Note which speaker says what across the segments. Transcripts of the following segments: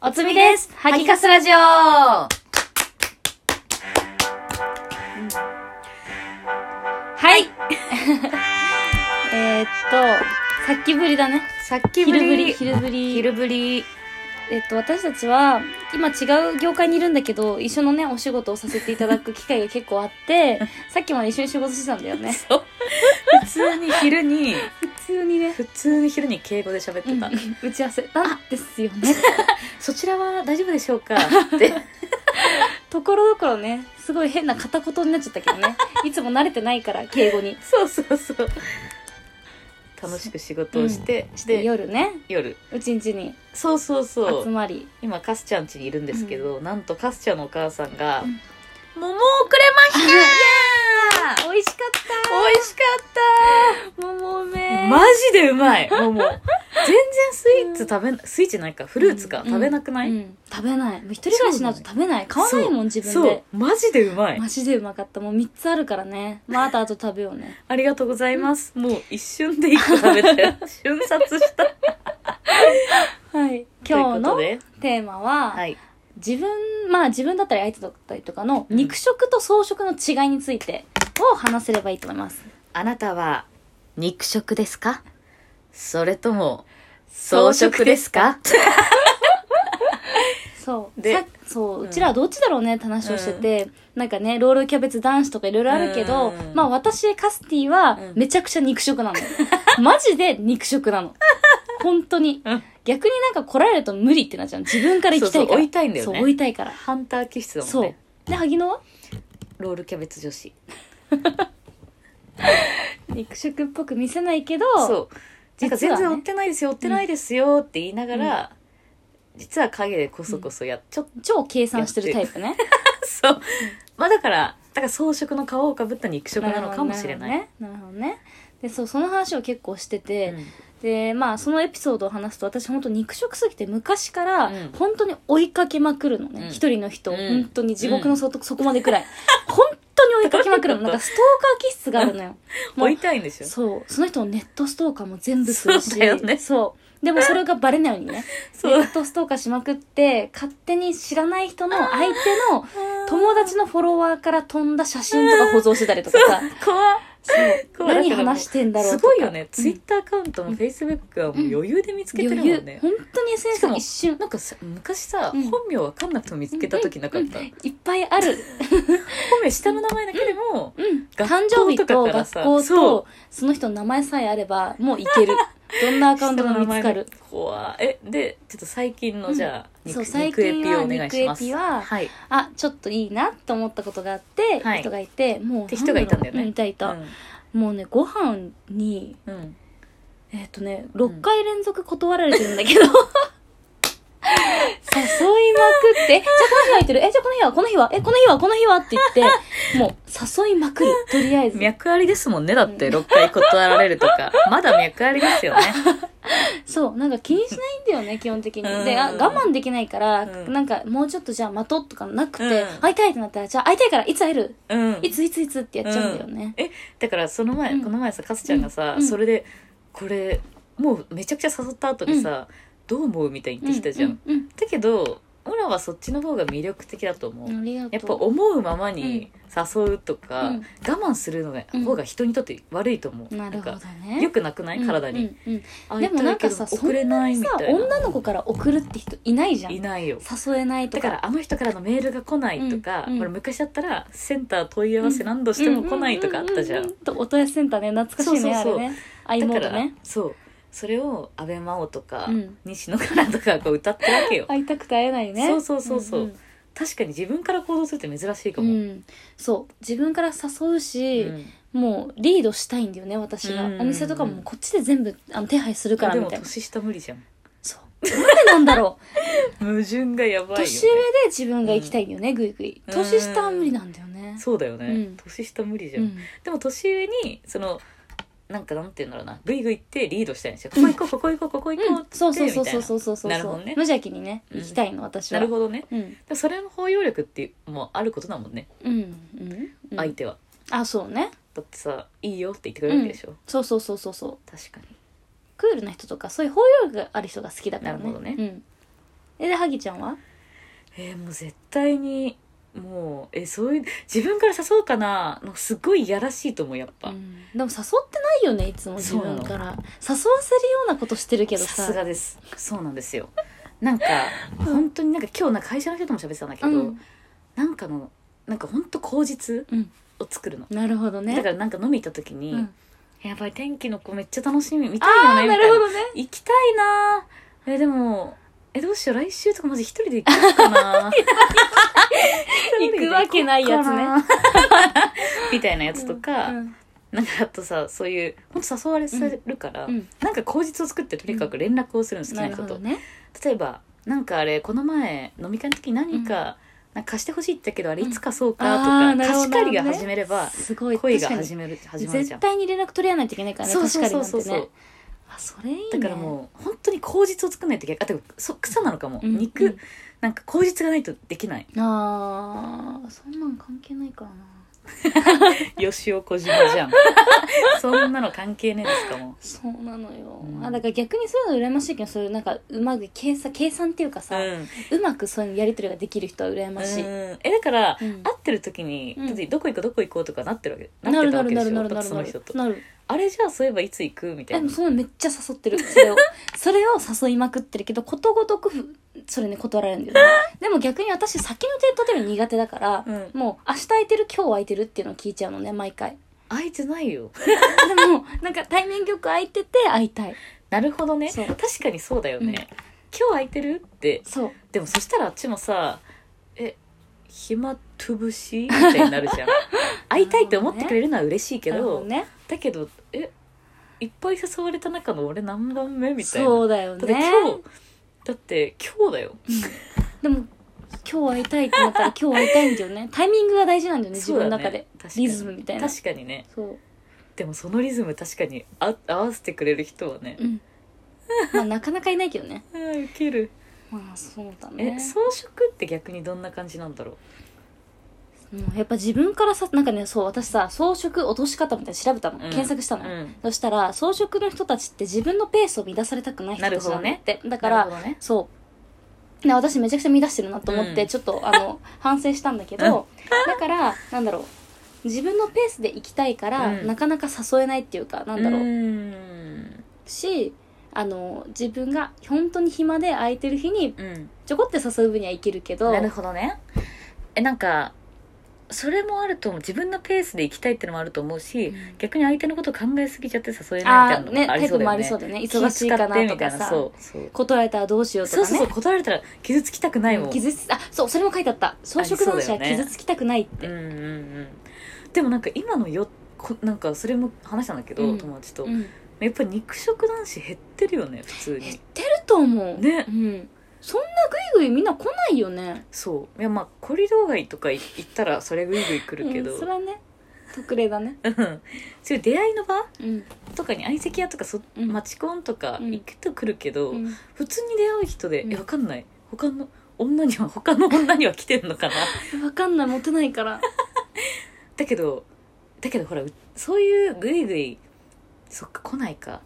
Speaker 1: おつみです。ハギカスラジオ。はい。 えーっと、さっきぶりだね。
Speaker 2: さっきぶ
Speaker 1: 昼ぶり、
Speaker 2: り
Speaker 1: 昼ぶり。
Speaker 2: 昼ぶり
Speaker 1: えっと、私たちは、今違う業界にいるんだけど、一緒のね、お仕事をさせていただく機会が結構あ って、さっきまで一緒に仕事してたんだよね。
Speaker 2: 普通に昼に
Speaker 1: 普通にね。
Speaker 2: 普通に昼に敬語で喋ってた、
Speaker 1: 打ち合わせなんですよね。
Speaker 2: そちらは大丈夫でしょうかって
Speaker 1: ところどころね、すごい変な片言になっちゃったけど ね。いつも慣れてないから、敬語に。
Speaker 2: そうそうそう楽しく仕事をして、
Speaker 1: して
Speaker 2: で
Speaker 1: 夜ね、
Speaker 2: 夜
Speaker 1: うちんちに
Speaker 2: そうそうそ
Speaker 1: 集
Speaker 2: う
Speaker 1: まり。
Speaker 2: 今カスちゃん家にいるんですけど、なんとカスちゃんのお母さんが
Speaker 1: うん
Speaker 2: 「桃をくれました!」
Speaker 1: 美味しかった
Speaker 2: 美味しか
Speaker 1: ー桃
Speaker 2: った
Speaker 1: め
Speaker 2: マジでう まい桃全然スイーツ食べなスイーツじゃないかフルーツか、
Speaker 1: うん
Speaker 2: 食べなくない、
Speaker 1: うん、食べない。もう一人暮らしになると食べない。買わないもん、自分
Speaker 2: そ
Speaker 1: で
Speaker 2: う。マジでうまい
Speaker 1: マジでうまかった。もう3つあるからね。まあ、あとあと食べようね。
Speaker 2: ありがとうございます。もう一瞬で一個食べたよ。 瞬殺 した。
Speaker 1: はい。今日の
Speaker 2: ということで、
Speaker 1: テーマは、
Speaker 2: はい。
Speaker 1: 自分、まあ自分だったり相手だったりとかの
Speaker 2: うん
Speaker 1: 肉食と草食の違いについてを話せればいいと思います。
Speaker 2: あなたは肉食ですかそれとも
Speaker 1: 草
Speaker 2: 草
Speaker 1: 食
Speaker 2: 食
Speaker 1: で
Speaker 2: ですか
Speaker 1: そう。
Speaker 2: で
Speaker 1: さそう、
Speaker 2: うん
Speaker 1: うちらはどっちだろうねって話をしてて、なんかね、ロールキャベツ男子とかいろいろあるけど、
Speaker 2: うん
Speaker 1: まあ私、カスティは
Speaker 2: うん
Speaker 1: めちゃくちゃ肉食なの。 マジで肉食なの。本当に
Speaker 2: うん。
Speaker 1: 逆になんか来られると無理ってなっちゃう。自分から行きたいから。
Speaker 2: そうそう追いたいんだよね
Speaker 1: そう、追いたいから。
Speaker 2: ハンター気質だもん
Speaker 1: そう
Speaker 2: ね。。
Speaker 1: で、萩野は
Speaker 2: ロールキャベツ女子。
Speaker 1: 肉食っぽく見せないけど、
Speaker 2: そう。なんか
Speaker 1: 実
Speaker 2: 全
Speaker 1: はね
Speaker 2: 然追ってないですよ、追ってないですよって言いながら、実は影でこそこそやっちゃっ
Speaker 1: 超計算してるタイプね。
Speaker 2: た。 そう。まあだから、だから草食の皮をかぶった肉食なのかもしれない。
Speaker 1: なるほどね。なるほどね。で、そう、その話を結構してて、
Speaker 2: うん
Speaker 1: でまあそのエピソードを話すと私本当肉食すぎて昔から
Speaker 2: うん
Speaker 1: 本当に追いかけまくるのね、
Speaker 2: うん
Speaker 1: 一人の人を、
Speaker 2: うん
Speaker 1: 本当に地獄の底、そこまでくらい本当に追いかけまくるのなんかストーカー気質があるのよもう
Speaker 2: 追いたいんでしょ
Speaker 1: そうその人のネットストーカーも全部するし
Speaker 2: そうだよね
Speaker 1: そうでもそれがバレないようにねネ
Speaker 2: そう
Speaker 1: ットストーカーしまくって勝手に知らない人の相手の友達のフォロワーから飛んだ写真とか保存してたりとかさ
Speaker 2: 怖い
Speaker 1: そう
Speaker 2: 怖い
Speaker 1: 何
Speaker 2: だからもう
Speaker 1: 話してんだろう
Speaker 2: す
Speaker 1: とか
Speaker 2: ごいよね、ツイ
Speaker 1: うん
Speaker 2: ッターアカウントもフェイスブックはもう余裕で見つけてるもん
Speaker 1: 余裕
Speaker 2: ね、
Speaker 1: 本当に SNS
Speaker 2: しかも
Speaker 1: 一瞬
Speaker 2: なんかさ昔さ、
Speaker 1: うん
Speaker 2: 本名わかんなくても見つけた時なかった、
Speaker 1: うんいっぱいある、
Speaker 2: 本名下の名前だけでも、
Speaker 1: うん、
Speaker 2: 学校
Speaker 1: 誕生日
Speaker 2: とか
Speaker 1: と
Speaker 2: から
Speaker 1: 学
Speaker 2: さ
Speaker 1: 校
Speaker 2: そ
Speaker 1: とその人の名前さえあればもういけるどんなアカウントも見 つかる
Speaker 2: 怖いえでちょっと最近のじゃあ、
Speaker 1: うん
Speaker 2: 肉
Speaker 1: そう
Speaker 2: 肉エピをお願いし
Speaker 1: 最近は
Speaker 2: ます、
Speaker 1: 肉エピはいあちょっといいなと思ったことがあって、
Speaker 2: はい
Speaker 1: 人がいてもう
Speaker 2: って人がいたんだよね
Speaker 1: ういたいた、もうねご飯に
Speaker 2: うんうん
Speaker 1: えっ、とね6回連続断られてるんだ けど、誘いまくって、えじゃあこの日空いてる、え、じゃあこの日は、この日は、え、この日は、この日はって言って、もう誘いまくる、とりあえず。
Speaker 2: 脈ありですもんねだって6回断られると かまだ脈ありですよね
Speaker 1: そうなんか気にしないんだよ ね基本的に
Speaker 2: うん
Speaker 1: であ我慢できないから、
Speaker 2: うん
Speaker 1: なんかもうちょっとじゃあ待とうとかなくて、
Speaker 2: うん
Speaker 1: 会いたいってなったらじゃあ会いたいからいつ会える
Speaker 2: うん
Speaker 1: いついついつってやっちゃうんだよね、
Speaker 2: えだからその前、
Speaker 1: うん
Speaker 2: この前さカスちゃんがさ、
Speaker 1: うん
Speaker 2: それでこれもうめちゃくちゃ誘った後にさ、どう思うみたいに
Speaker 1: う
Speaker 2: 言ってきたじゃん、
Speaker 1: うんうん
Speaker 2: だけどオラはそっちの方が魅力的だと思う、
Speaker 1: ありがとう
Speaker 2: やっぱ思うままに誘うとか、
Speaker 1: うん
Speaker 2: 我慢するのが
Speaker 1: うん
Speaker 2: 方が人にとって悪いと思う、
Speaker 1: なるほど
Speaker 2: んか
Speaker 1: ね
Speaker 2: 良くなくない体に、
Speaker 1: うんうん
Speaker 2: あ
Speaker 1: でもなんかさ
Speaker 2: 行きたいけど送れない
Speaker 1: うん
Speaker 2: み
Speaker 1: さ
Speaker 2: たいな
Speaker 1: 女の子から送るって人いないじゃん
Speaker 2: いないよ
Speaker 1: 誘えないと
Speaker 2: だ
Speaker 1: か
Speaker 2: からあの人からのメールが来ないとか、
Speaker 1: うんうん
Speaker 2: これ昔だったらセンター問い合わせ何度しても来ないとかあったじゃん,、
Speaker 1: うううううとお問い合わせセンターね懐かしいね
Speaker 2: そうそうそう
Speaker 1: あれね i モードね
Speaker 2: そうそれを安倍真央とか、
Speaker 1: うん
Speaker 2: 西野カナとかがこう歌ってるわけよ
Speaker 1: 会いたくて会えないね
Speaker 2: そうそうそうそうん
Speaker 1: ん
Speaker 2: 確かに自分から行動するって珍しいか
Speaker 1: う
Speaker 2: も、
Speaker 1: ん、そう自分から誘うし、
Speaker 2: うん
Speaker 1: もうリードしたいんだよね私が、
Speaker 2: うんうんうん
Speaker 1: お店とかもこっちで全部あの手配するから
Speaker 2: で
Speaker 1: み
Speaker 2: も
Speaker 1: たいな
Speaker 2: 年下無理じゃん
Speaker 1: そうなんでなんだ ろう
Speaker 2: 矛盾がやばいよ、ね、
Speaker 1: 年上で自分が行きたいんだよね、ぐいぐい年下は無理なんだよね
Speaker 2: そうだよね、
Speaker 1: うん
Speaker 2: 年下無理じゃ、
Speaker 1: うんん
Speaker 2: でも年上にそのなんかなんて言うんだろうなグイグイってリードしたいんですよここ行こうここ行こうここ行こう
Speaker 1: う
Speaker 2: っ
Speaker 1: ん
Speaker 2: て、
Speaker 1: そうそうそうそう
Speaker 2: みたい
Speaker 1: そうそうそう
Speaker 2: なるほどね
Speaker 1: 無邪気にね
Speaker 2: うん
Speaker 1: 行きたいの、私
Speaker 2: な
Speaker 1: は
Speaker 2: なるほどね
Speaker 1: うん
Speaker 2: でもそれの包容力ってもうあることだもんね、
Speaker 1: うんうん、うん、
Speaker 2: 相手は
Speaker 1: あそうね
Speaker 2: だってさ「いいよ」って言ってくれるわけでしょ、
Speaker 1: そうそうそうそうそう
Speaker 2: 確かに
Speaker 1: クールな人とかそういう包容力がある人が好きだからね
Speaker 2: なるほどね
Speaker 1: うんえで萩ちゃんは
Speaker 2: えーもう絶対にもうえそういう自分から誘うかなのすごいいやらしいと思うやっぱ、
Speaker 1: うんでも誘ってないよねいつも自分から誘わせるようなことしてるけど
Speaker 2: さす
Speaker 1: さ
Speaker 2: がですそうなんですよな んか本当になんか今日なんか会社の人とも喋ってたんだけど、
Speaker 1: うん
Speaker 2: なんかのなんか本当口実
Speaker 1: うん
Speaker 2: を作るの、
Speaker 1: なるほどね
Speaker 2: だからなんか飲み行った時に、
Speaker 1: うん
Speaker 2: やばい天気の子めっちゃ楽しみ見たい
Speaker 1: あ
Speaker 2: よね
Speaker 1: あ
Speaker 2: み
Speaker 1: な
Speaker 2: たい
Speaker 1: るほ
Speaker 2: な
Speaker 1: どね
Speaker 2: 行きたいなぁえでもえどうしよう来週とかマジ一人で行こうかな
Speaker 1: 行くわけないやつね
Speaker 2: ねみたいな やつとか、
Speaker 1: うん
Speaker 2: なんかあとさそういう本当誘われされるから、
Speaker 1: うん
Speaker 2: なんか口実を作ってとにかく連絡をするの好き
Speaker 1: な
Speaker 2: な
Speaker 1: る
Speaker 2: 人
Speaker 1: ほ
Speaker 2: と、
Speaker 1: どね
Speaker 2: 例えばなんかあれこの前飲み会の時に何か,、なんか貸してほしいって言ったけどあれいつ貸そうかと
Speaker 1: うんあー
Speaker 2: か、
Speaker 1: なるほ
Speaker 2: 貸
Speaker 1: ど
Speaker 2: し
Speaker 1: ね
Speaker 2: 借りが始めれば
Speaker 1: すごい
Speaker 2: 恋
Speaker 1: 確
Speaker 2: が
Speaker 1: かに
Speaker 2: 始める始まるじ
Speaker 1: 絶
Speaker 2: ゃん。
Speaker 1: 対に連絡取り合わないといけないからね
Speaker 2: そうそうそうそう
Speaker 1: 確かになん
Speaker 2: そ
Speaker 1: てねあそれいいね
Speaker 2: うだからもう本当に口実を作らないといけないあとそ草なのかも、
Speaker 1: うん
Speaker 2: 肉、
Speaker 1: うん
Speaker 2: なんか口実がないとでき ない
Speaker 1: あーそんなん関係ないからな
Speaker 2: 吉尾小島じゃん そんなの関係ねえですかも
Speaker 1: そうなのよ、
Speaker 2: うん
Speaker 1: あだから逆にそういうの羨ましいけどそういうなんかうまく計算計算っていうかさ、う
Speaker 2: うん
Speaker 1: まくそういうやり取りができる人は羨ましい、
Speaker 2: うんえだから、
Speaker 1: うん
Speaker 2: 会ってる時に、
Speaker 1: うん
Speaker 2: だってどこ行こうどこ行こうとかなってるわけ
Speaker 1: な
Speaker 2: って
Speaker 1: る
Speaker 2: た
Speaker 1: な
Speaker 2: わ
Speaker 1: る
Speaker 2: けで
Speaker 1: な
Speaker 2: し
Speaker 1: る
Speaker 2: ょ
Speaker 1: なる
Speaker 2: や
Speaker 1: な
Speaker 2: っぱ
Speaker 1: る
Speaker 2: そ
Speaker 1: な
Speaker 2: の
Speaker 1: る
Speaker 2: 人と
Speaker 1: なる
Speaker 2: あれじゃあそういえばいつ行くみた
Speaker 1: え
Speaker 2: い
Speaker 1: もう
Speaker 2: な
Speaker 1: そのめっちゃ誘ってるそ れをそれを誘いまくってるけどことごとくふそれね断られるんだよ ねでも逆に私先の手立てるの苦手だから、
Speaker 2: うん
Speaker 1: もう明日空いてる今日空いてるっていうのを聞いちゃうのね毎 回
Speaker 2: 会えてないよ
Speaker 1: でもなんか対面局空いてて会いたい
Speaker 2: なるほどね
Speaker 1: そう
Speaker 2: 確かにそうだよ
Speaker 1: うん
Speaker 2: ね、今日空いてるって
Speaker 1: そう
Speaker 2: でもそしたらあっちもさえ暇つぶしみたいになる じゃん会いたいって思ってくれるのは嬉しいけ
Speaker 1: なるほ
Speaker 2: ど
Speaker 1: ね
Speaker 2: だけどえいっぱい誘われた中の俺何番目みたいな
Speaker 1: そうだよ
Speaker 2: だって
Speaker 1: ね
Speaker 2: 今日だって今日だよ
Speaker 1: でも今日会いたいってなったら今日会いたいんだよ ねタイミングが大事なんだよね自
Speaker 2: そうだ
Speaker 1: 分
Speaker 2: ね
Speaker 1: の中で、
Speaker 2: 確かに
Speaker 1: リズムみたいな
Speaker 2: 確かにね
Speaker 1: そう
Speaker 2: でもそのリズム確かにあ合わせてくれる人はね
Speaker 1: う、んまあなかなかいないけどね
Speaker 2: あーウケる
Speaker 1: まあそうだ
Speaker 2: え、
Speaker 1: ね
Speaker 2: 装飾って逆にどんな感じなんだろう
Speaker 1: うんやっぱ自分からさなんかねそう私さ装飾落とし方みたいなの調べたの、
Speaker 2: ん
Speaker 1: 検索したの、
Speaker 2: うん
Speaker 1: そしたら装飾の人たちって自分のペースを乱されたくない人たちなんだって、だから
Speaker 2: なるほどね
Speaker 1: そう。で私めちゃくちゃ乱してるなと思って、
Speaker 2: うん
Speaker 1: ちょっとあの反省したんだけど、だからなんだろう自分のペースで行きたいから、
Speaker 2: うん
Speaker 1: なかなか誘えないっていうかなんだろう、
Speaker 2: ん
Speaker 1: しあの自分が本当に暇で空いてる日に
Speaker 2: うん
Speaker 1: ちょこって誘う分には行けるけど
Speaker 2: なるほどねえなんかそれもあると思う自分のペースで行きたいってのもあると思うし、
Speaker 1: うん
Speaker 2: 逆に相手のことを考えすぎちゃって誘えないみた
Speaker 1: あ
Speaker 2: いな
Speaker 1: ー
Speaker 2: の
Speaker 1: ね
Speaker 2: もあ
Speaker 1: タ
Speaker 2: り
Speaker 1: イ
Speaker 2: そ
Speaker 1: プ
Speaker 2: うだ
Speaker 1: も
Speaker 2: よ
Speaker 1: あり
Speaker 2: ね
Speaker 1: そうだよね忙しいか
Speaker 2: 気使
Speaker 1: な
Speaker 2: って
Speaker 1: と
Speaker 2: みた
Speaker 1: か
Speaker 2: いな
Speaker 1: さ
Speaker 2: そうそう
Speaker 1: 断られたらどうしようとか
Speaker 2: そう
Speaker 1: ね
Speaker 2: そうそう断られたら傷つきたくないもん
Speaker 1: 傷つあそうそれも書いてあった装飾男子は傷つきたくないって、
Speaker 2: うんうんうんでもなんか今のよこなんかそれも話したんだけど、
Speaker 1: うん
Speaker 2: 友達と、
Speaker 1: うん
Speaker 2: やっぱり肉食男子減ってるよね普通
Speaker 1: 減っ
Speaker 2: に
Speaker 1: てると思う
Speaker 2: ね
Speaker 1: うん、そんなグイグイみんな来ないよね
Speaker 2: そういやまあコリドー街とかい行ったらそれぐいぐい来るけど、
Speaker 1: うん、それはね特例だね、
Speaker 2: うんそういう出会いの場
Speaker 1: うん
Speaker 2: とかに相席屋とかそ、
Speaker 1: うん
Speaker 2: マチコンとか
Speaker 1: うん
Speaker 2: 行くと来るけど、
Speaker 1: うん
Speaker 2: 普通に出会う人で、
Speaker 1: うん
Speaker 2: えわかんない他の女には 他の女には来てんの かな
Speaker 1: 分かんないモテないから
Speaker 2: だけどだけどほらうそういうぐいぐいそっか来ないか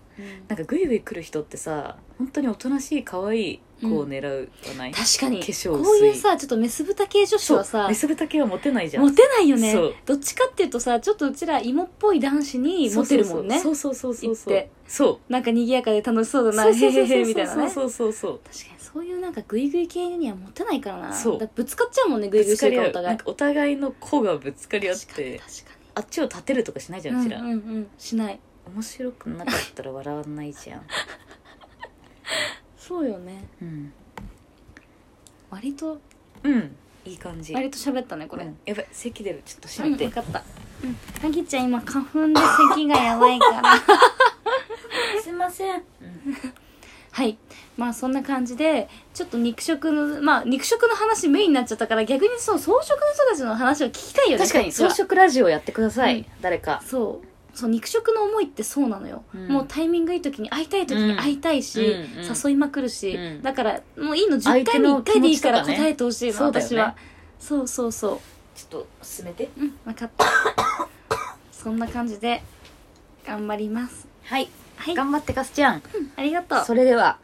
Speaker 2: なんかグイグイ来る人ってさ本当におとなしい可愛い子を狙うじゃない、
Speaker 1: 確かに
Speaker 2: 化
Speaker 1: こ
Speaker 2: 粧薄いう
Speaker 1: いうさちょっとメス豚系女子
Speaker 2: そ
Speaker 1: は
Speaker 2: う
Speaker 1: さ
Speaker 2: メス豚系はモテないじゃん
Speaker 1: モテないよね
Speaker 2: そう
Speaker 1: どっちかっていうとさちょっとうちら芋っぽい男子にモテるもんね
Speaker 2: そうそうそうそうそ
Speaker 1: 行っ
Speaker 2: う
Speaker 1: て
Speaker 2: そう
Speaker 1: なんか賑やかで楽しそうだな
Speaker 2: そうそうそう
Speaker 1: へへ
Speaker 2: そ
Speaker 1: へ
Speaker 2: う
Speaker 1: みたいなね
Speaker 2: そうそうそう
Speaker 1: 確かにそういうなんかグイグイ系にはモテないからな
Speaker 2: そう
Speaker 1: だからぶつかっちゃうもんねグイ
Speaker 2: ぶ
Speaker 1: グイ
Speaker 2: つ
Speaker 1: して
Speaker 2: か
Speaker 1: る
Speaker 2: り
Speaker 1: か
Speaker 2: 合
Speaker 1: らお互
Speaker 2: うないんかお互いの子がぶつかり合っ
Speaker 1: 確かに
Speaker 2: て
Speaker 1: 確かに
Speaker 2: あっちを立てるとかしないじゃんうちら、
Speaker 1: うんうんうんしない
Speaker 2: 面白くなかったら笑わないじゃ ん、
Speaker 1: そうよね
Speaker 2: うん、
Speaker 1: 割と
Speaker 2: うんいい感じ
Speaker 1: 割と喋ったねこれ、
Speaker 2: うんやばい咳出るちょっと閉
Speaker 1: うん、
Speaker 2: めて、
Speaker 1: 分かったうんはぎちゃん今花粉で咳がやばいから
Speaker 2: すいません、うん
Speaker 1: はいまあそんな感じでちょっと肉食のまあ肉食の話メインになっちゃったから逆にそう草食の人たちの話を聞きたいよね
Speaker 2: 確かに
Speaker 1: こっ
Speaker 2: 装
Speaker 1: ちは
Speaker 2: 飾ラジオやってください、
Speaker 1: うん
Speaker 2: 誰か
Speaker 1: そうそう肉食の思いってそうなのよ、
Speaker 2: うん
Speaker 1: もうタイミングいい時に会いたい時に会いたいし、
Speaker 2: うんうん
Speaker 1: 誘いまくるし、
Speaker 2: うん
Speaker 1: だからもういいの10
Speaker 2: 相
Speaker 1: 回
Speaker 2: 手
Speaker 1: に
Speaker 2: の
Speaker 1: 1回でいいから
Speaker 2: 気持ちと
Speaker 1: 答
Speaker 2: かね
Speaker 1: えてほしいの、
Speaker 2: そうだよ
Speaker 1: 私
Speaker 2: ね
Speaker 1: はそうそうそう
Speaker 2: ちょっと進めて
Speaker 1: うん分かった そんな感じで頑張ります
Speaker 2: はい
Speaker 1: はい
Speaker 2: 頑張ってカスちゃん
Speaker 1: ありがとう
Speaker 2: それでは